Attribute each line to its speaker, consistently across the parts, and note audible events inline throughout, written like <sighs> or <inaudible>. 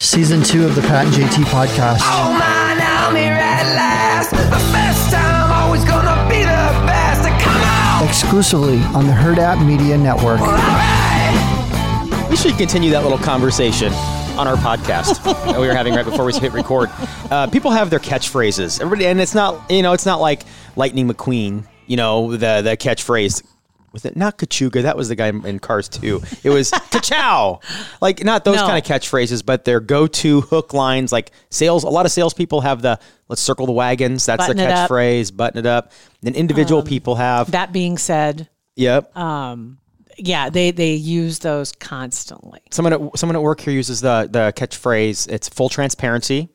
Speaker 1: Season two of the Pat and JT podcast.
Speaker 2: Oh man, I'm here at last. The best time, always gonna be the best. Come on,
Speaker 1: Exclusively on the Herd App Media Network.
Speaker 2: alright.
Speaker 3: We should continue that little conversation on our
Speaker 4: <laughs>
Speaker 3: podcast that we were having right before we hit record. Uh, people have their catchphrases. Everybody, and it's not you know, it's not like Lightning McQueen. You know, the the catchphrase was it not Kachuga? That was the guy in Cars Two. It
Speaker 4: <laughs>
Speaker 3: was Kachow. Like not those
Speaker 4: No.
Speaker 3: kind of catchphrases, but their go to hook lines. Like sales, a lot of salespeople have the "Let's circle the wagons." That's
Speaker 4: Button
Speaker 3: the
Speaker 4: it up. Um,
Speaker 3: catchphrase. Button it up. Then individual people have.
Speaker 4: That being said,
Speaker 3: yep.
Speaker 4: yeah, they they use those constantly.
Speaker 3: someone at someone at work here uses the the catchphrase. It's full transparency.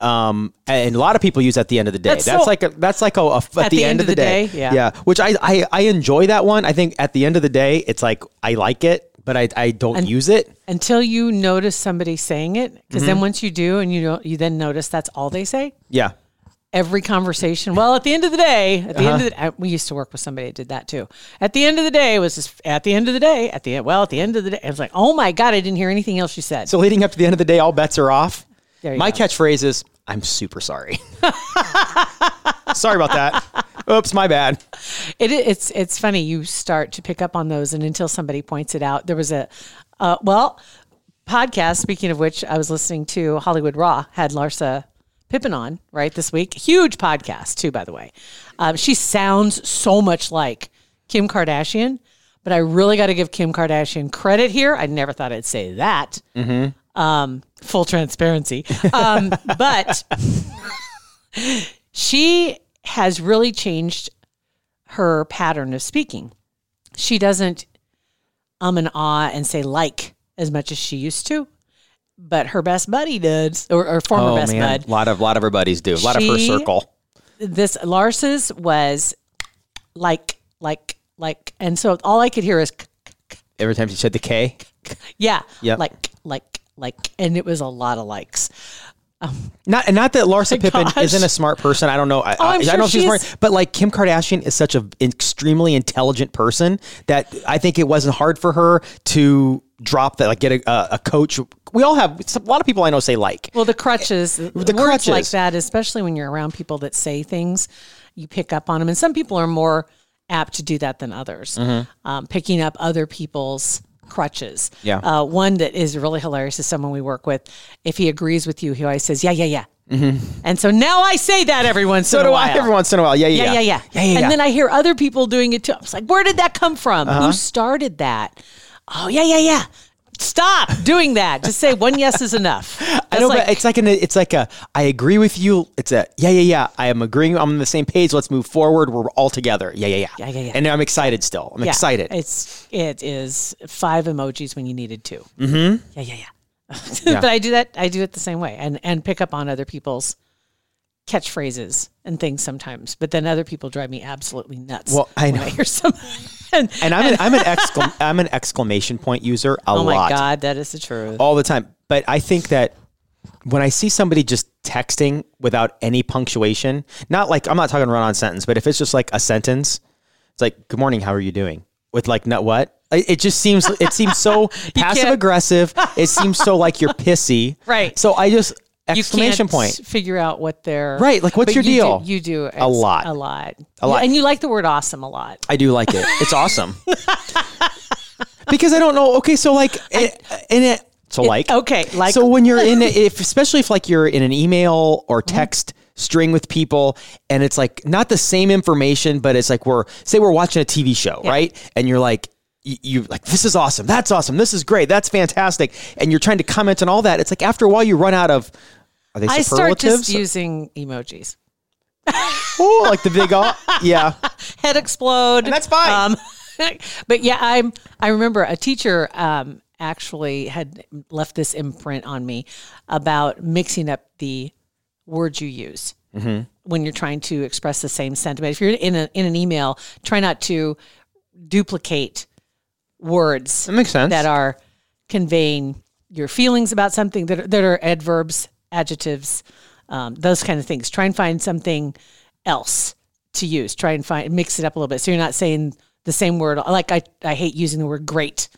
Speaker 3: Um, and a lot of people use at the end of the day. That's,
Speaker 4: That's so-
Speaker 3: like a, that's like a, a- at, the, end, of the day.
Speaker 4: yeah.
Speaker 3: yeah. Which I, I I enjoy that one. I think at the end of the day, it's like I like it, but I I don't use it.
Speaker 4: Until you notice somebody saying it, because then once you do, and you don't, you then notice that's all they say.
Speaker 3: Yeah.
Speaker 4: Every conversation. Well, at the end of the day, at the end of the, I, we used to work with somebody that did that too. At the end of the day was just, at the end of the day, at the end. Well, at the end of the day, I was like, oh my god, I didn't hear anything else you said.
Speaker 3: So leading up to the end of the day, all bets are off.
Speaker 4: There you
Speaker 3: My
Speaker 4: go.
Speaker 3: catchphrase is I'm super sorry. <laughs> sorry about that. Oops, my bad.
Speaker 4: It, i- it's it's funny you start to pick up on those, and until somebody points it out, there was a uh, well podcast. Speaking of which, I was listening to Hollywood Raw had Larsa Pippen on right this week. Huge podcast too, by the way. Um, she sounds so much like Kim Kardashian, but I really got to give Kim Kardashian credit here. I never thought I'd say that.
Speaker 3: Mm-hmm.
Speaker 4: Um, full transparency, um, but she has really changed her pattern of speaking. She doesn't um and ah and say like as much as she used to, but her best buddy does, or, or former
Speaker 3: oh
Speaker 4: best
Speaker 3: man, a
Speaker 4: bud.
Speaker 3: lot of lot of her buddies do. A lot of her
Speaker 4: She-
Speaker 3: circle.
Speaker 4: This Lars's was like, like, like. And so all I could hear is, k- k- k-
Speaker 3: Every time she said the K,
Speaker 4: yeah,
Speaker 3: Yep.
Speaker 4: like, like, like. And it was a lot of likes.
Speaker 3: Not and not that Larsa
Speaker 4: Oh my
Speaker 3: Pippen
Speaker 4: gosh. Oh,
Speaker 3: isn't a smart person. I don't know. I, I,
Speaker 4: I'm
Speaker 3: I
Speaker 4: sure
Speaker 3: don't know if she's
Speaker 4: she
Speaker 3: smart,
Speaker 4: is.
Speaker 3: but like Kim Kardashian is such an extremely intelligent person that I think it wasn't hard for her to drop that, like get a, a, a coach. We all have a lot of people I know say like.
Speaker 4: Well, the crutches, Eh, the words like
Speaker 3: crutches.
Speaker 4: that, especially when you're around people that say things, you pick up on them. And some people are more apt to do that than others, um, picking up other people's crutches.
Speaker 3: Mm-hmm. Yeah.
Speaker 4: Uh, one that is really hilarious is someone we work with. If he agrees with you, he always says, "Yeah, yeah, yeah." And so now I say that every once
Speaker 3: Mm-hmm. so
Speaker 4: in a
Speaker 3: do
Speaker 4: while.
Speaker 3: I every once in a while. Yeah, yeah,
Speaker 4: Yeah, yeah, yeah.
Speaker 3: yeah, yeah,
Speaker 4: and
Speaker 3: yeah.
Speaker 4: then I hear other people doing it too. I was like, where did that come from?
Speaker 3: Uh-huh.
Speaker 4: Who started that? Oh, yeah, yeah, yeah. Stop doing that. Just say one yes is enough.
Speaker 3: <laughs> I
Speaker 4: That's
Speaker 3: know,
Speaker 4: like-
Speaker 3: but it's like an it's like a I agree with you. It's a yeah, yeah, yeah. I am agreeing. I'm on the same page. Let's move forward. We're all together. Yeah, yeah, yeah,
Speaker 4: Yeah, yeah, yeah.
Speaker 3: And I'm excited still. I'm
Speaker 4: Yeah,
Speaker 3: excited.
Speaker 4: It's it is five emojis when you needed 2 Mm-hmm. Yeah, yeah, yeah. <laughs> but I do that. I do it the same way, and and pick up on other people's catchphrases and things sometimes. But then other people drive me absolutely nuts.
Speaker 3: Well, I
Speaker 4: when
Speaker 3: know.
Speaker 4: hear some. <laughs> And,
Speaker 3: and
Speaker 4: <laughs>
Speaker 3: I'm an, I'm an exclam- I'm an exclamation point user a
Speaker 4: oh my
Speaker 3: lot.
Speaker 4: god, that is the truth.
Speaker 3: all the time. But I think that when I see somebody just texting without any punctuation, not like I'm not talking run on sentence, but if it's just like a sentence, it's like "Good morning, how are you doing?" with like not what. I- It just seems it seems
Speaker 4: <laughs>
Speaker 3: so passive aggressive. It seems so like you're pissy.
Speaker 4: <laughs> Right.
Speaker 3: So I just
Speaker 4: You
Speaker 3: exclamation
Speaker 4: can't
Speaker 3: point.
Speaker 4: Figure out what they're
Speaker 3: Right, like, what's
Speaker 4: but
Speaker 3: your
Speaker 4: you do-
Speaker 3: deal?
Speaker 4: you do
Speaker 3: A lot.
Speaker 4: a lot,
Speaker 3: A lot.
Speaker 4: and you like the word awesome a lot.
Speaker 3: I do like it. It's
Speaker 4: <laughs>
Speaker 3: awesome. because I don't know. Okay, so like it, in it. So like
Speaker 4: okay, like-
Speaker 3: so when you're in it, if especially if like you're in an email or
Speaker 4: Mm-hmm.
Speaker 3: text string with people and it's like not the same information but it's like we're say we're watching a TV show, right? And you're like you, you like this is awesome. That's awesome. This is great. That's fantastic. And you're trying to comment on all that. It's like after a while you run out of are they
Speaker 4: I start just
Speaker 3: superlatives? uh,
Speaker 4: using emojis.
Speaker 3: oh, like the big all.
Speaker 4: <laughs>
Speaker 3: Yeah.
Speaker 4: head explode. <laughs>
Speaker 3: And that's fine.
Speaker 4: Um, but yeah, I'm. I remember a teacher um, actually had left this imprint on me about mixing up the words you use
Speaker 3: Mm-hmm.
Speaker 4: when you're trying to express the same sentiment. If you're in, a, in an email, try not to duplicate words
Speaker 3: That makes sense.
Speaker 4: that are conveying your feelings about something that are, that are adverbs, adjectives, um, those kind of things. Try and find something else to use. Try and find mix it up a little bit so you're not saying the same word. Like I, I hate using the word great,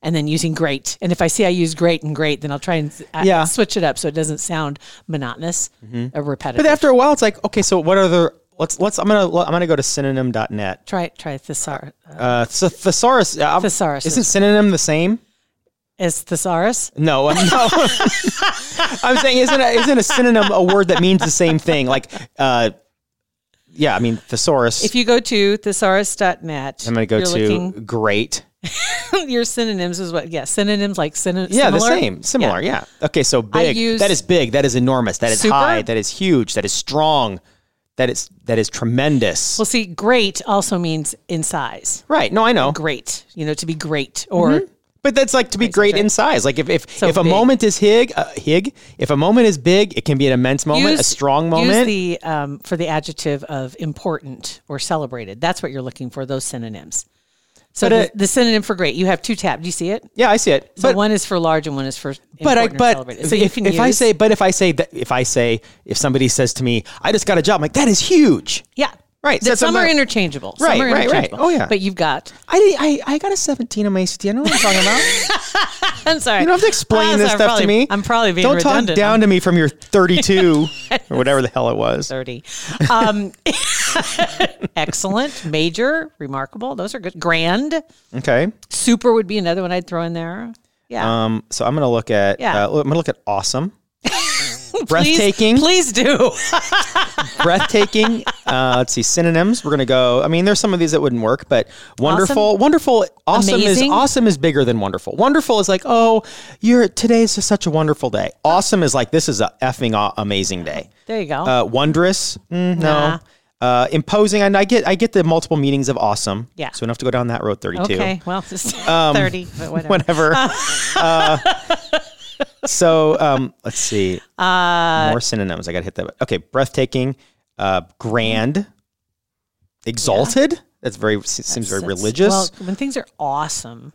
Speaker 4: and then using great. And if I see I use great and great, then I'll try and uh,
Speaker 3: Yeah. Mm-hmm.
Speaker 4: switch it up so it doesn't sound monotonous or repetitive.
Speaker 3: but after a while, it's like, okay, so what are the let's let's I'm gonna I'm gonna go to synonym.net.
Speaker 4: try try thesaurus.
Speaker 3: Uh, so thesaurus. uh, I'm-
Speaker 4: Thesaurus
Speaker 3: Isn't
Speaker 4: is-
Speaker 3: synonym the same?
Speaker 4: Is thesaurus?
Speaker 3: No, <laughs> no. I'm saying isn't a, isn't a synonym a word that means the same thing? Like, uh, yeah, I mean thesaurus.
Speaker 4: If you go to thesaurus.net,
Speaker 3: I'm gonna go
Speaker 4: you're
Speaker 3: to
Speaker 4: looking- <laughs>
Speaker 3: great.
Speaker 4: your synonyms is what? Yeah, synonyms like synonym.
Speaker 3: Yeah,
Speaker 4: similar?
Speaker 3: the same, similar. Yeah. Okay, so big.
Speaker 4: use-
Speaker 3: that is big. That is enormous. That is
Speaker 4: Super.
Speaker 3: high. That is huge. That is strong. That is that is tremendous.
Speaker 4: Well, see, great also means in size.
Speaker 3: right. No, I know.
Speaker 4: Great, you know, to be great or
Speaker 3: Mm-hmm. But that's like to be great in size. Like if if,
Speaker 4: So
Speaker 3: if a
Speaker 4: big.
Speaker 3: moment is hig, uh, hig. If a moment is big, it can be an immense moment, a strong
Speaker 4: Use
Speaker 3: moment.
Speaker 4: the um, for the adjective of important or celebrated. That's what you're looking for. Those synonyms. So
Speaker 3: But, uh,
Speaker 4: the, the synonym for great, you have two tabs. Do you see it?
Speaker 3: yeah, I see it.
Speaker 4: So
Speaker 3: but
Speaker 4: one is for large and one is for
Speaker 3: but I
Speaker 4: important or
Speaker 3: but
Speaker 4: celebrated. So you
Speaker 3: if,
Speaker 4: can
Speaker 3: if I
Speaker 4: use-
Speaker 3: say but if I say that if I say if somebody says to me, I just got a job, I'm like that is huge.
Speaker 4: yeah
Speaker 3: Right, so
Speaker 4: That
Speaker 3: it's a
Speaker 4: some are
Speaker 3: mo-
Speaker 4: interchangeable. Some
Speaker 3: Right,
Speaker 4: are
Speaker 3: right, right.
Speaker 4: interchangeable.
Speaker 3: Oh, yeah.
Speaker 4: But you've got.
Speaker 3: I did- I, I got a 17 on my ACT. I know what I'm talking about. <laughs>
Speaker 4: I'm sorry.
Speaker 3: You don't have to explain
Speaker 4: I'm
Speaker 3: this
Speaker 4: sorry,
Speaker 3: stuff
Speaker 4: probably-
Speaker 3: to me.
Speaker 4: I'm probably being
Speaker 3: Don't
Speaker 4: redundant.
Speaker 3: talk down to me from your <laughs> 32 or whatever the hell it was.
Speaker 4: 30. Um, <laughs> excellent, major, remarkable. Those are good. Grand,
Speaker 3: Okay.
Speaker 4: super would be another one I'd throw in there. Yeah.
Speaker 3: Um. So I'm gonna look at.
Speaker 4: Yeah.
Speaker 3: Uh, I'm gonna look at awesome.
Speaker 4: <laughs> Please-
Speaker 3: breathtaking.
Speaker 4: Please,
Speaker 3: <laughs>
Speaker 4: do. <laughs>
Speaker 3: breathtaking. Uh, let's see synonyms. We're gonna go. I mean, there's some of these that wouldn't work, but wonderful, wonderful, awesome
Speaker 4: Amazing.
Speaker 3: is awesome is bigger than wonderful. Wonderful is like, oh, you're today's just such a wonderful day. Awesome is like this is a effing aw- amazing day.
Speaker 4: There you go.
Speaker 3: Uh, wondrous, mm, no.
Speaker 4: Oh. Nah.
Speaker 3: Uh, imposing, and I get I get the multiple meanings of awesome.
Speaker 4: Yeah.
Speaker 3: So we don't have to go down that road. Thirty-two.
Speaker 4: okay. Well, just <laughs> 30,
Speaker 3: <laughs> Um,
Speaker 4: but whatever. <laughs>
Speaker 3: Whatever. uh, so um, let's see.
Speaker 4: Uh,
Speaker 3: More synonyms. I got to hit that. button. Okay, breathtaking, uh, grand, exalted. That's very s- seems very
Speaker 4: That's-
Speaker 3: religious.
Speaker 4: Well, when things are awesome,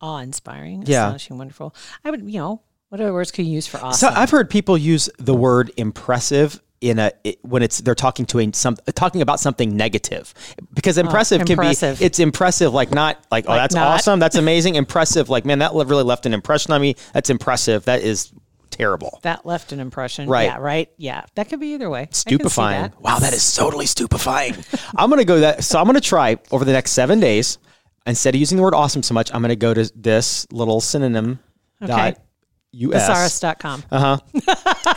Speaker 4: awe inspiring,
Speaker 3: Yeah.
Speaker 4: astonishing, wonderful, I would, you know, what other words could you use for awesome?
Speaker 3: So I've heard people use the word impressive in a it, when it's they're talking to a some talking about something negative because impressive can
Speaker 4: Oh, impressive.
Speaker 3: be it's impressive like not like oh that's
Speaker 4: not.
Speaker 3: awesome that's amazing impressive like man that le- really left an impression on me that's impressive that is terrible
Speaker 4: that left an impression.
Speaker 3: Right.
Speaker 4: Yeah, right. Yeah. That could be either way. <laughs> I can see
Speaker 3: stupefying.
Speaker 4: that.
Speaker 3: Wow, that is totally stupefying. <laughs> I'm gonna go that. So I'm gonna try over the next seven days. Instead of using the word awesome so much, I'm gonna go to this little synonym
Speaker 4: Okay.
Speaker 3: dot us,
Speaker 4: Thesaurus.com.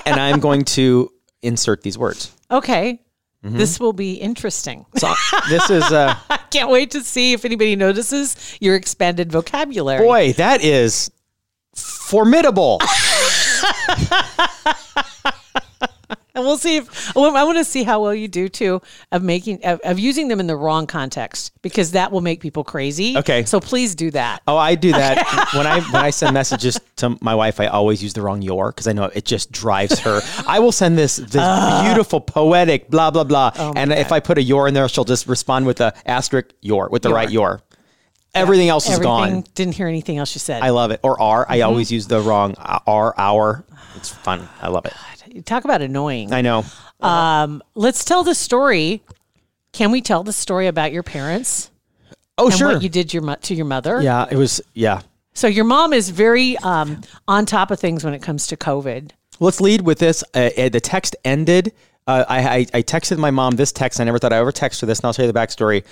Speaker 3: and I'm going to insert these words.
Speaker 4: Okay.
Speaker 3: Mm-hmm.
Speaker 4: This will be interesting. <laughs>
Speaker 3: So this is uh,
Speaker 4: Can't wait to see if anybody notices your expanded vocabulary.
Speaker 3: boy, that is formidable.
Speaker 4: And we'll see if well, I want to see how well you do too of making of, of using them in the wrong context because that will make people crazy.
Speaker 3: Okay.
Speaker 4: So please do that.
Speaker 3: Oh, I do that when I when I
Speaker 4: <laughs>
Speaker 3: send messages to my wife. I always use the wrong "your" because I know it just drives her. I will send this this
Speaker 4: Ah.
Speaker 3: beautiful, poetic, blah blah blah,
Speaker 4: Oh
Speaker 3: and if I put a "your" in there, she'll just respond with a asterisk "your" with the right "your." Everything else is
Speaker 4: Everything Mm-hmm.
Speaker 3: gone.
Speaker 4: didn't hear anything else you said.
Speaker 3: I love it. Or "r." I always use the wrong uh, "r" hour. It's fun. I love it.
Speaker 4: Talk about annoying. Um,
Speaker 3: I know.
Speaker 4: Let's tell the story. Can we tell the story about your parents
Speaker 3: Oh
Speaker 4: and
Speaker 3: sure.
Speaker 4: what you did your mo- to your mother?
Speaker 3: yeah, it was. Yeah.
Speaker 4: So your mom is very um, on top of things when it comes to COVID.
Speaker 3: Let's lead with this. Uh, uh, the text ended. Uh, I, I, I texted my mom this text. I never thought I would ever text her this, and I'll tell you the backstory.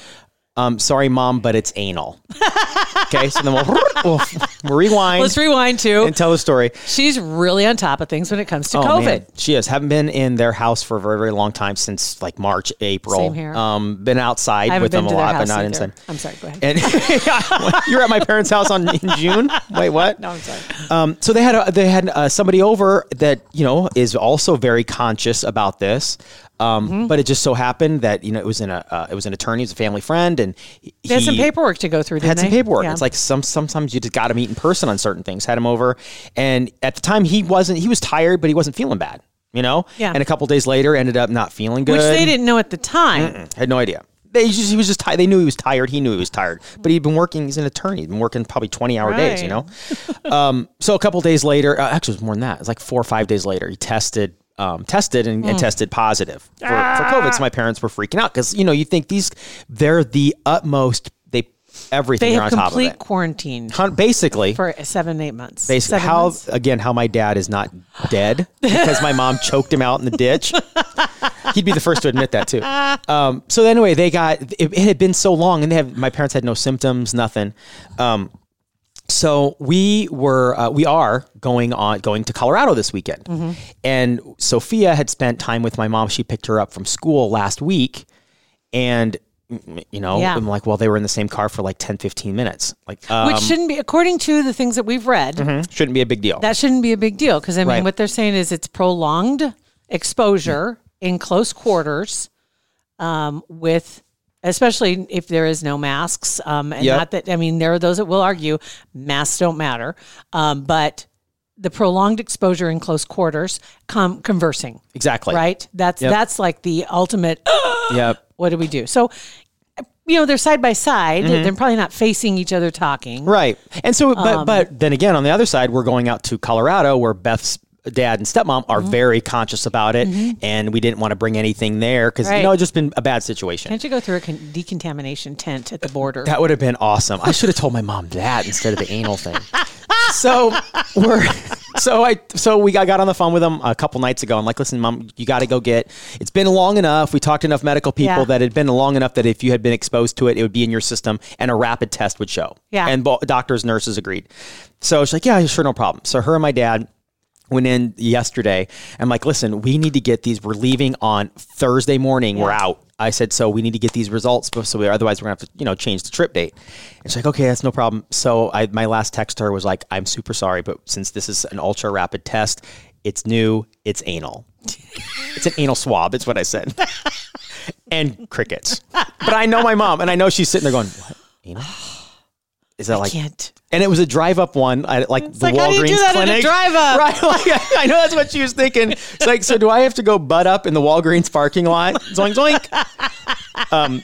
Speaker 3: Um, sorry, mom, but it's
Speaker 4: <laughs>
Speaker 3: anal. okay, so then we'll, <laughs> we'll rewind
Speaker 4: Let's rewind to
Speaker 3: and tell the story.
Speaker 4: She's really on top of things when it comes to
Speaker 3: Oh,
Speaker 4: COVID.
Speaker 3: man. She has. Haven't been in their house for a very, very long time since like March, April.
Speaker 4: Same here.
Speaker 3: Um, been outside
Speaker 4: I haven't
Speaker 3: with
Speaker 4: been
Speaker 3: them
Speaker 4: to
Speaker 3: a
Speaker 4: their
Speaker 3: lot, but
Speaker 4: house
Speaker 3: not
Speaker 4: either.
Speaker 3: inside.
Speaker 4: I'm sorry. Go ahead.
Speaker 3: And <laughs> you were at my parents' house on in June. Wait, what?
Speaker 4: no, I'm sorry.
Speaker 3: Um, so they had a, they had uh, somebody over that you know is also very
Speaker 4: Mm-hmm.
Speaker 3: conscious about this, um, but it just so happened that you know it was in a uh, it was an attorney, it was a family friend, and and he
Speaker 4: They had some paperwork to go through. Didn't
Speaker 3: had some
Speaker 4: they?
Speaker 3: paperwork.
Speaker 4: Yeah.
Speaker 3: It's like some sometimes you just got to meet in person on certain things. Had him over, and at the time he wasn't. He was tired, but he wasn't feeling bad. You know.
Speaker 4: Yeah.
Speaker 3: And a couple days later, ended up not feeling good.
Speaker 4: which they didn't know at the time.
Speaker 3: Had no idea. They just, he was just tired. They knew he was tired. He knew he was tired, but he'd been working. He's an attorney. He'd been working probably twenty hour days. You know. <laughs> um, so a couple days later, uh, actually, it was more than that. It was like four or five days later. He tested. Um, tested and,
Speaker 4: Hmm.
Speaker 3: and tested positive for,
Speaker 4: Ah.
Speaker 3: for COVID. So my parents were freaking out because you know you think these they're the utmost they everything
Speaker 4: They
Speaker 3: they're
Speaker 4: have
Speaker 3: on top of it.
Speaker 4: complete quarantine
Speaker 3: Hun- basically
Speaker 4: for seven, eight months.
Speaker 3: basically
Speaker 4: Seven
Speaker 3: how
Speaker 4: months.
Speaker 3: again how my dad is not dead because my
Speaker 4: <laughs>
Speaker 3: mom choked him out in the ditch he'd be the first to admit that too um, so anyway they got it, it had been so long and they have my parents had no symptoms nothing um, so we were uh, we are going on going to Colorado this weekend,
Speaker 4: Mm-hmm.
Speaker 3: and Sophia had spent time with my mom. She picked her up from school last week, and mm, you know
Speaker 4: Yeah.
Speaker 3: I'm like, well, they were in the same car for like 10, 15 minutes. Like, um,
Speaker 4: Which shouldn't be, according to the things that we've read,
Speaker 3: shouldn't be a big deal.
Speaker 4: that shouldn't be a big deal. Because I mean,
Speaker 3: Right.
Speaker 4: what they're saying is it's prolonged exposure in close quarters um, with, especially if there is no masks. Um, and
Speaker 3: Yep.
Speaker 4: not that, I mean, there are those that will argue masks don't matter. Um, but the prolonged exposure in close quarters, com- conversing,
Speaker 3: exactly.
Speaker 4: right? That's,
Speaker 3: Yep.
Speaker 4: that's like the ultimate. <gasps>
Speaker 3: Yep.
Speaker 4: what do we do? So, you know, they're side by side. They're probably not facing each other talking.
Speaker 3: <laughs> Mm-hmm. Right. And so, but
Speaker 4: Um,
Speaker 3: but then again, on the other side, we're going out to Colorado where Beth's dad and stepmom are
Speaker 4: Mm-hmm.
Speaker 3: very conscious about it, and we didn't want to bring anything there because you
Speaker 4: Right.
Speaker 3: know it's just been a bad situation.
Speaker 4: Can't you go through a con- decontamination tent at the border?
Speaker 3: That would have been awesome. I should have told my mom that instead of the anal
Speaker 4: <laughs>
Speaker 3: thing. So we're so I so we got, got on the phone with them a couple nights ago. I'm like, listen, mom, you got to go get. It's been long enough. We talked to enough medical people
Speaker 4: Yeah.
Speaker 3: that it had been long enough that if you had been exposed to it, it would be in your system, and a rapid test would show.
Speaker 4: Yeah.
Speaker 3: And bo- doctors, nurses agreed. So she's like, yeah, sure, no problem. So her and my dad went in yesterday. I'm like, listen, we need to get these. We're leaving on Thursday morning. We're out. I said, so we need to get these results, but- so we, otherwise we're gonna have to, you know, change the trip date. And she's like, okay, that's no problem. So I, my last text to her was like, I'm super sorry, but since this is an ultra rapid test, it's new, it's anal, it's an anal swab. It's what I said, and crickets. But I know my mom, and I know she's sitting there going, what anal? Is that like
Speaker 4: Can't.
Speaker 3: and it was a drive up one, I, like the
Speaker 4: like,
Speaker 3: Walgreens
Speaker 4: how do you do that in a
Speaker 3: clinic.
Speaker 4: drive-up?
Speaker 3: <laughs> right? Like, I know that's what she was thinking. It's like, so do I have to go butt up in the Walgreens parking lot? Zoink zoink. Um,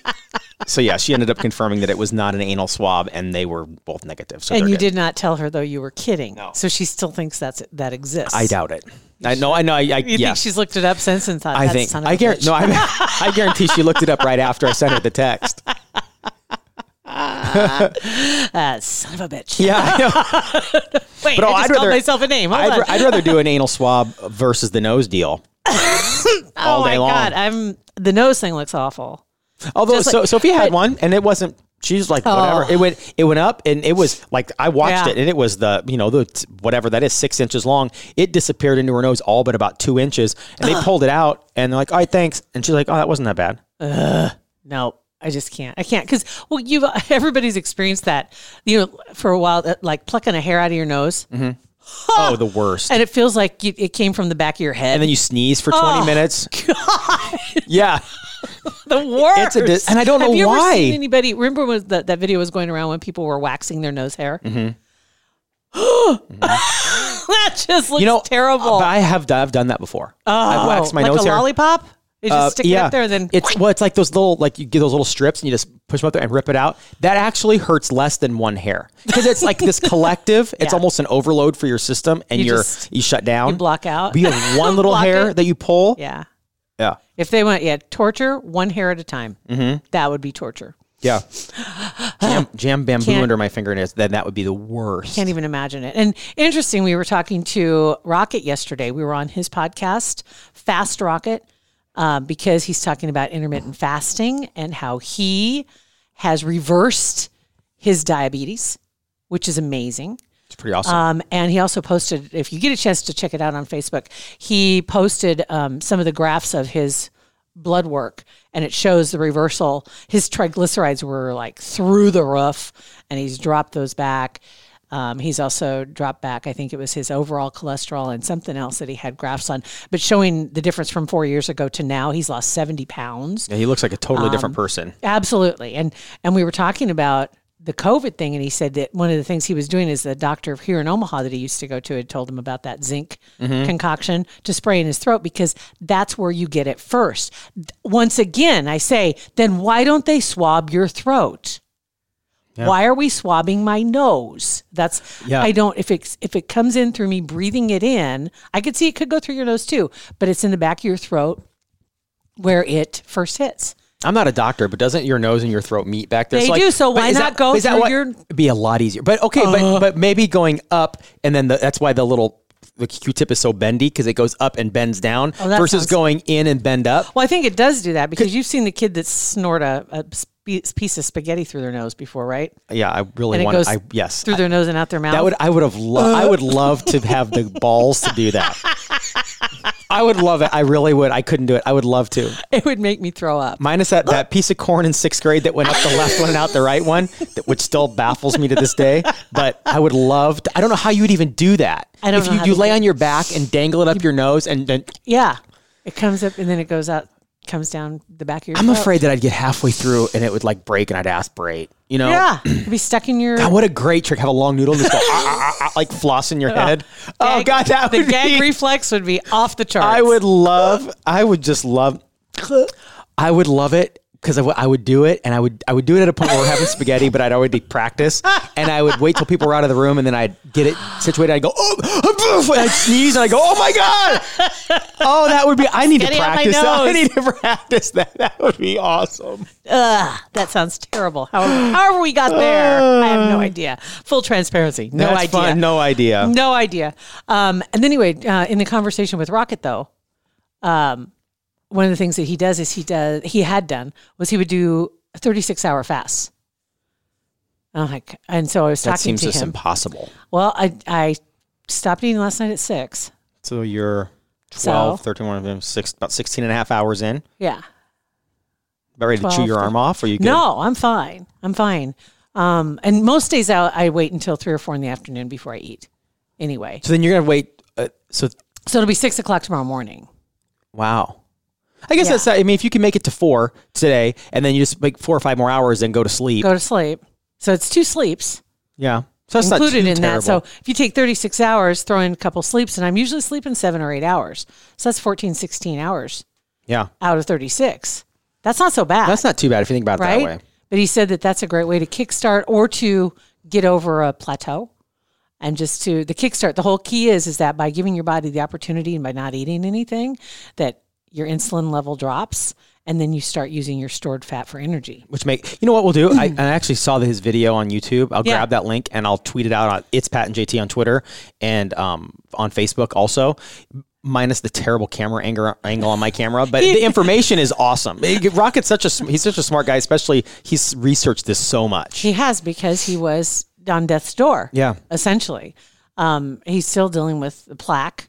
Speaker 3: so yeah, she ended up confirming that it was not an anal swab, and they were both negative. So
Speaker 4: And
Speaker 3: they're
Speaker 4: you
Speaker 3: good.
Speaker 4: did not tell her though you were kidding. So she still thinks that's that exists.
Speaker 3: I doubt it. I know. I know. I, I
Speaker 4: You
Speaker 3: yeah.
Speaker 4: think she's looked it up since and thought
Speaker 3: I
Speaker 4: that
Speaker 3: think
Speaker 4: son of
Speaker 3: I
Speaker 4: a
Speaker 3: guarantee.
Speaker 4: bitch.
Speaker 3: No, I, I guarantee she looked it up right after I sent her the text.
Speaker 4: <laughs> that son of a bitch.
Speaker 3: Yeah, I
Speaker 4: <laughs>
Speaker 3: know.
Speaker 4: Wait,
Speaker 3: But, oh,
Speaker 4: I
Speaker 3: I'd
Speaker 4: just called
Speaker 3: rather-
Speaker 4: myself a name. Hold
Speaker 3: I'd,
Speaker 4: on.
Speaker 3: I'd rather do an anal swab versus the nose deal. all
Speaker 4: <laughs> oh
Speaker 3: day
Speaker 4: my
Speaker 3: long.
Speaker 4: god, I'm the nose thing looks awful.
Speaker 3: Although
Speaker 4: Just
Speaker 3: so,
Speaker 4: like-
Speaker 3: Sophia had
Speaker 4: but-
Speaker 3: one, and it wasn't. She's like whatever.
Speaker 4: Oh.
Speaker 3: It went. It went up, and it was like I watched
Speaker 4: Yeah.
Speaker 3: it, and it was the you know the whatever that is six inches long. It disappeared into her nose all but about two inches, and they pulled it out, and they're like, "All right, thanks." And she's like, "Oh, that wasn't that bad."
Speaker 4: No, I just can't. I can't because well, you've <laughs> everybody's experienced that. You know, for a while, that, like plucking a hair out of your nose,
Speaker 3: Mm-hmm. Oh, the worst. And,
Speaker 4: and it feels like you, it came from the back of your head.
Speaker 3: then you sneeze for twenty
Speaker 4: Oh,
Speaker 3: minutes. Yeah,
Speaker 4: the worst.
Speaker 3: a dis- and I don't know
Speaker 4: Have you
Speaker 3: why.
Speaker 4: Ever seen anybody remember when that that video was going around when people were waxing their nose hair?
Speaker 3: Mm-hmm.
Speaker 4: <gasps> Mm-hmm. <laughs> that just looks
Speaker 3: you know,
Speaker 4: terrible.
Speaker 3: But I have done, I've done that before. Oh, I've waxed my
Speaker 4: like
Speaker 3: nose
Speaker 4: a
Speaker 3: hair.
Speaker 4: lollipop. You just
Speaker 3: Uh,
Speaker 4: stick it up there and then <laughs>
Speaker 3: it's well, it's like those little like you get those little strips and you just push them up there and rip it out. That actually hurts less than one hair because it's like
Speaker 4: <laughs>
Speaker 3: this collective. It's
Speaker 4: Yeah.
Speaker 3: almost an overload for your system, and
Speaker 4: You
Speaker 3: you are
Speaker 4: just-
Speaker 3: you shut down.
Speaker 4: you block out.
Speaker 3: But you
Speaker 4: <laughs>
Speaker 3: have one little
Speaker 4: Block
Speaker 3: hair
Speaker 4: it.
Speaker 3: that you pull.
Speaker 4: yeah.
Speaker 3: Yeah.
Speaker 4: If they went, yeah, torture one hair at a time.
Speaker 3: Mm-hmm.
Speaker 4: That would be torture. <sighs>
Speaker 3: Yeah. jam, jam bamboo
Speaker 4: Can't-
Speaker 3: under my fingernails. Then that would be the worst.
Speaker 4: Can't even imagine it. And interesting, we were talking to Rocket yesterday. We were on his podcast, Fast Rocket, uh, because he's talking about intermittent fasting and how he has reversed his diabetes, which is amazing.
Speaker 3: It's pretty awesome.
Speaker 4: Um, and he also posted, if you get a chance to check it out on Facebook, he posted um, some of the graphs of his blood work and it shows the reversal. His triglycerides were like through the roof and he's dropped those back. Um, he's also dropped back, I think it was his overall cholesterol and something else that he had grafts on, but showing the difference from four years ago to now, he's lost 70 pounds.
Speaker 3: Yeah, he looks like a
Speaker 4: um,
Speaker 3: totally different person.
Speaker 4: Absolutely. And and we were talking about the COVID thing, and he said that one of the things he was doing is the doctor here in Omaha that he used to go to had told him about that zinc concoction to spray in his throat because that's where you get it first. Th- Once again, I say, then why don't they swab your throat? Why are we swabbing my nose? That's
Speaker 3: Yeah.
Speaker 4: I don't if it if it comes in through me breathing it in, I could see it could go through your nose too, but it's in the back of your throat where it first hits.
Speaker 3: I'm not a doctor, but doesn't your nose and your throat meet back there?
Speaker 4: They do, so
Speaker 3: but
Speaker 4: why
Speaker 3: is
Speaker 4: not go
Speaker 3: is
Speaker 4: through
Speaker 3: what-
Speaker 4: your- Uh.
Speaker 3: It'd be a lot easier. But okay, but but maybe going up and then the, that's why the little the Q-tip is so bendy because it goes up and bends down
Speaker 4: Oh, that
Speaker 3: versus
Speaker 4: sounds-
Speaker 3: going in and bend up.
Speaker 4: Well, I think it does do that because you've seen the kid that snort a, a sp- piece of spaghetti through their nose before, right?
Speaker 3: Yeah, I
Speaker 4: And
Speaker 3: really
Speaker 4: it
Speaker 3: want.
Speaker 4: goes
Speaker 3: I yes,
Speaker 4: through Uh.
Speaker 3: I-
Speaker 4: their nose and out their mouth.
Speaker 3: that would I would have loved. I would love to have the balls to do
Speaker 4: <laughs>
Speaker 3: that. I would love it. I really would. I couldn't do it. I would love to.
Speaker 4: <laughs> it would make me throw up.
Speaker 3: Minus that, that piece of corn in sixth grade that went up the left one and out the right one, that, which still baffles me to this day. But I would love to, I don't know how you would even do that.
Speaker 4: I don't
Speaker 3: if
Speaker 4: know
Speaker 3: you,
Speaker 4: how
Speaker 3: you
Speaker 4: to
Speaker 3: lay
Speaker 4: do-
Speaker 3: on your back and dangle it up your nose and then
Speaker 4: Yeah, it comes up and then it goes out, comes down the back of your.
Speaker 3: I'm
Speaker 4: throat.
Speaker 3: afraid that I'd get halfway through and it would like break and I'd aspirate. You know?
Speaker 4: Yeah, it'd be stuck
Speaker 3: <clears throat>
Speaker 4: in your.
Speaker 3: God, what a great trick. Have a long noodle and just go <laughs> ah, ah, ah, ah, like floss
Speaker 4: <laughs>
Speaker 3: in your head. Oh
Speaker 4: gag-
Speaker 3: god, that
Speaker 4: the
Speaker 3: would
Speaker 4: gag
Speaker 3: be
Speaker 4: reflex would be off the charts.
Speaker 3: I would love. I would just love. I would love it because I would- I would do it, and I would I would do it at a point where we're having spaghetti, but I'd already practice, and I would wait till people were out of the room, and then I'd get it situated. I'd go oh, and I'd sneeze, and I would go oh my god, oh that would be. I need to
Speaker 4: Spaghetti on my
Speaker 3: practice. That. I
Speaker 4: nose.
Speaker 3: need to practice that. That would be awesome.
Speaker 4: Ugh, that sounds terrible. How, however we got there, I
Speaker 3: <sighs>
Speaker 4: have no idea. Full transparency, no
Speaker 3: That's
Speaker 4: idea.
Speaker 3: fun. No idea.
Speaker 4: No idea. Um, and then anyway, uh, in the conversation with Rocket though, um, one of the things that he does is he does he had done was he would do 36 hour fasts. Oh my! g- And so I was
Speaker 3: That
Speaker 4: talking
Speaker 3: seems
Speaker 4: to
Speaker 3: just
Speaker 4: him.
Speaker 3: impossible.
Speaker 4: well, I I stopped eating last night at six.
Speaker 3: So you're
Speaker 4: So-
Speaker 3: 12, 13, one of them, six, about 16 and a half hours in.
Speaker 4: Yeah.
Speaker 3: About ready to chew
Speaker 4: 12,
Speaker 3: your arm off? Or you good?
Speaker 4: No, I'm fine. I'm fine. Um, and most days I, I wait until three or four in the afternoon before I eat. Anyway,
Speaker 3: So then you're gonna wait. Uh, so
Speaker 4: so it'll be six o'clock tomorrow morning.
Speaker 3: Wow. I guess
Speaker 4: Yeah.
Speaker 3: that's. I mean, if you can make it to four today, and then you just make four or five more hours, and go to sleep.
Speaker 4: Go to sleep. So it's two sleeps.
Speaker 3: yeah, so that's not
Speaker 4: included
Speaker 3: too
Speaker 4: in
Speaker 3: terrible.
Speaker 4: that. So if you take 36 hours, throw in a couple sleeps, and I'm usually sleeping seven or eight hours. So that's 14, 16 hours
Speaker 3: yeah,
Speaker 4: out of 36. That's not so bad,
Speaker 3: that's not too bad if you think about it
Speaker 4: right?
Speaker 3: that way.
Speaker 4: But he said that that's a great way to kickstart or to get over a plateau. And just to the kickstart, the whole key is is that by giving your body the opportunity and by not eating anything, that your insulin level drops, and then you start using your stored fat for energy.
Speaker 3: Which make you know what we'll do.
Speaker 4: <clears throat>
Speaker 3: I, I actually saw his video on YouTube. I'll
Speaker 4: Yeah.
Speaker 3: grab that link and I'll tweet it out on it's Pat and JT on Twitter and um on Facebook also. Minus the terrible camera anger, angle on my camera, but
Speaker 4: <laughs>
Speaker 3: the information is awesome. Rocket's such a sm- he's such a smart guy. Especially he's researched this so much.
Speaker 4: He has because he was on death's door.
Speaker 3: Yeah.
Speaker 4: essentially. Um, he's still dealing with the plaque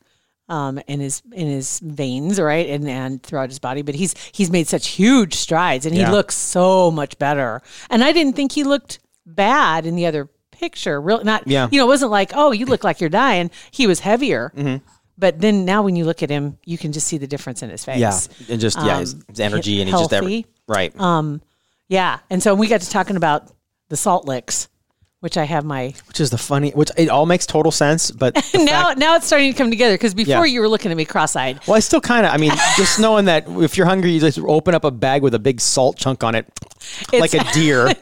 Speaker 4: um, in his in his veins, right, and and throughout his body. But he's he's made such huge strides, and
Speaker 3: Yeah.
Speaker 4: he looks so much better. And I didn't think he looked bad in the other picture. Real, not
Speaker 3: Yeah.
Speaker 4: You know, it wasn't like oh, you look like you're dying. He was heavier.
Speaker 3: Mm-hmm.
Speaker 4: But then now, when you look at him, you can just see the difference in his face.
Speaker 3: yeah, and just yeah, his,
Speaker 4: Um,
Speaker 3: his energy and he's just every,
Speaker 4: healthy. Um,
Speaker 3: right.
Speaker 4: Yeah. And so we got to talking about the salt licks, which I have my
Speaker 3: which is the funny, which it all makes total sense, but
Speaker 4: <laughs>
Speaker 3: the
Speaker 4: now
Speaker 3: fact-
Speaker 4: now it's starting to come together because before you were looking at me cross-eyed.
Speaker 3: well, I still kind of, I mean, just knowing that if you're hungry, you just open up a bag with a big salt chunk on it, like
Speaker 4: <laughs>
Speaker 3: a deer.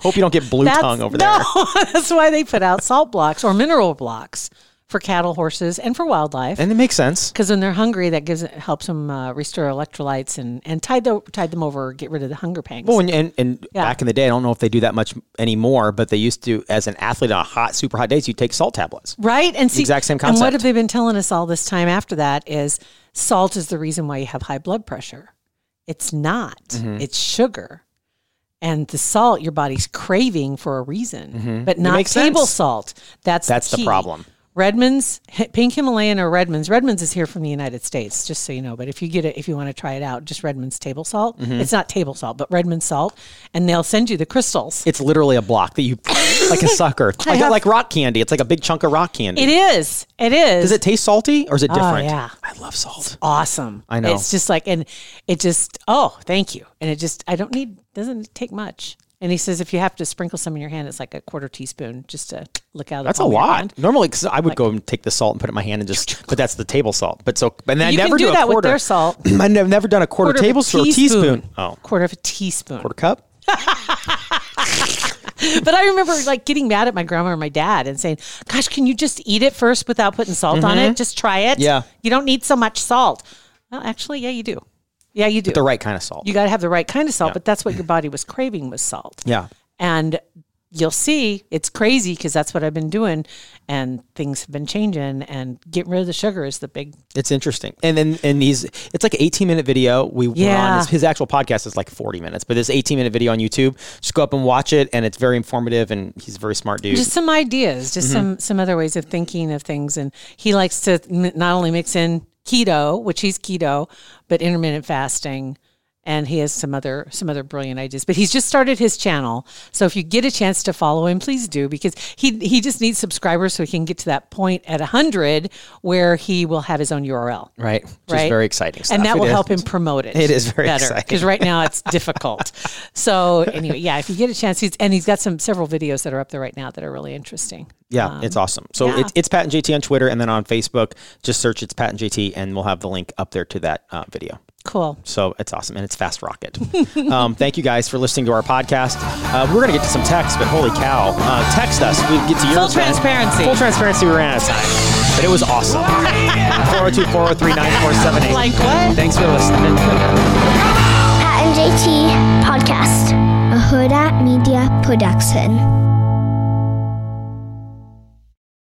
Speaker 3: Hope you don't get blue tongue over there.
Speaker 4: no, <laughs> that's why they put out salt blocks or mineral blocks for cattle, horses, and for wildlife.
Speaker 3: And it makes sense.
Speaker 4: Because when they're hungry, that gives it helps them uh, restore electrolytes and and tide the, tide them over, get rid of the hunger pangs.
Speaker 3: Well, and, and, and
Speaker 4: Yeah.
Speaker 3: back in the day, I don't know if they do that much anymore, but they used to, as an athlete on hot, super hot days, you take salt tablets.
Speaker 4: right and see
Speaker 3: exact same
Speaker 4: And what
Speaker 3: concept.
Speaker 4: have they been telling us all this time after that is salt is the reason why you have high blood pressure. It's not.
Speaker 3: Mm-hmm.
Speaker 4: It's sugar. And the salt your body's craving for a reason, but not
Speaker 3: Mm-hmm. makes
Speaker 4: table
Speaker 3: sense.
Speaker 4: salt. That's
Speaker 3: That's the
Speaker 4: key.
Speaker 3: problem.
Speaker 4: Redmond's H- Pink Himalayan or Redmond's. Redmond's is here from the United States, just so you know. But if you get it, if you want to try it out, just Redmond's table salt.
Speaker 3: Mm-hmm.
Speaker 4: It's not table salt, but Redmond's salt, and they'll send you the crystals.
Speaker 3: It's literally a block that you <laughs> like a sucker. Like,
Speaker 4: have-
Speaker 3: like rock candy. It's like a big chunk of rock candy.
Speaker 4: It is. It is.
Speaker 3: Does it taste salty or is it different?
Speaker 4: yeah.
Speaker 3: I love salt.
Speaker 4: awesome.
Speaker 3: I know.
Speaker 4: It's just like, and it just, oh, thank you. And it just, I don't need, doesn't take much. And he says if you have to sprinkle some in your hand, it's like a quarter teaspoon just to look out. of the
Speaker 3: That's a
Speaker 4: palm of your
Speaker 3: lot.
Speaker 4: hand.
Speaker 3: Normally, 'cause I would go and take the salt and put it in my hand and just, but that's the table salt. But so, and I
Speaker 4: You
Speaker 3: never
Speaker 4: can do,
Speaker 3: a
Speaker 4: that with
Speaker 3: quarter.
Speaker 4: their salt.
Speaker 3: <clears throat> I've nev- never done a quarter,
Speaker 4: of a
Speaker 3: tablespoon or teaspoon. Oh,
Speaker 4: quarter of a teaspoon.
Speaker 3: quarter cup?
Speaker 4: But I remember like getting mad at my grandma or my dad and saying, "Gosh, can you just eat it first without putting salt on it? Just try it.
Speaker 3: Mm-hmm. Yeah.
Speaker 4: you don't need so much salt." Well, actually, yeah, you do. Yeah, you do.
Speaker 3: The right kind of salt.
Speaker 4: you got to have the right kind of salt, but that's what your body was craving was salt.
Speaker 3: yeah.
Speaker 4: and you'll see it's crazy because that's what I've been doing, and things have been changing. And getting rid of the sugar is the big
Speaker 3: It's interesting. And then, and these, it's like an 18 minute video. We were
Speaker 4: Yeah.
Speaker 3: on his, his actual podcast is like 40 minutes, but this 18 minute video on YouTube, just go up and watch it. And it's very informative and he's a very smart dude.
Speaker 4: just some ideas, just some some other ways of thinking of things. And he likes to m- not only mix in keto, which he's keto, but intermittent fasting, and he has some other some other brilliant ideas. But he's just started his channel, so if you get a chance to follow him, please do because he he just needs subscribers so he can get to that point at hundred where he will have his own URL.
Speaker 3: right. Which
Speaker 4: Right.
Speaker 3: is very exciting. Stuff.
Speaker 4: And that
Speaker 3: It
Speaker 4: will
Speaker 3: is.
Speaker 4: help him promote
Speaker 3: <laughs>
Speaker 4: it.
Speaker 3: It is very
Speaker 4: better
Speaker 3: exciting.
Speaker 4: because right now
Speaker 3: <laughs>
Speaker 4: it's difficult. so anyway, yeah, if you get a chance, he's and he's got some several videos that are up there right now that are really interesting.
Speaker 3: Yeah, it's awesome. So
Speaker 4: Um, yeah.
Speaker 3: it's, it's Pat and JT on Twitter and then on Facebook, just search it's Pat and JT and we'll have the link up there to that uh, video.
Speaker 4: Cool.
Speaker 3: So it's awesome and it's Fast
Speaker 4: <laughs>
Speaker 3: Rocket. um, thank you guys for listening to our podcast. Uh, we're going to get to some text, but holy cow. Uh, text us. We get to your
Speaker 4: Full transparency.
Speaker 3: Full transparency. We ran out of time, but it was
Speaker 4: <laughs>
Speaker 3: awesome. 402 403 9478.
Speaker 4: Like what?
Speaker 3: Thanks for listening.
Speaker 5: Pat and JT Podcast, a Huda Media Production.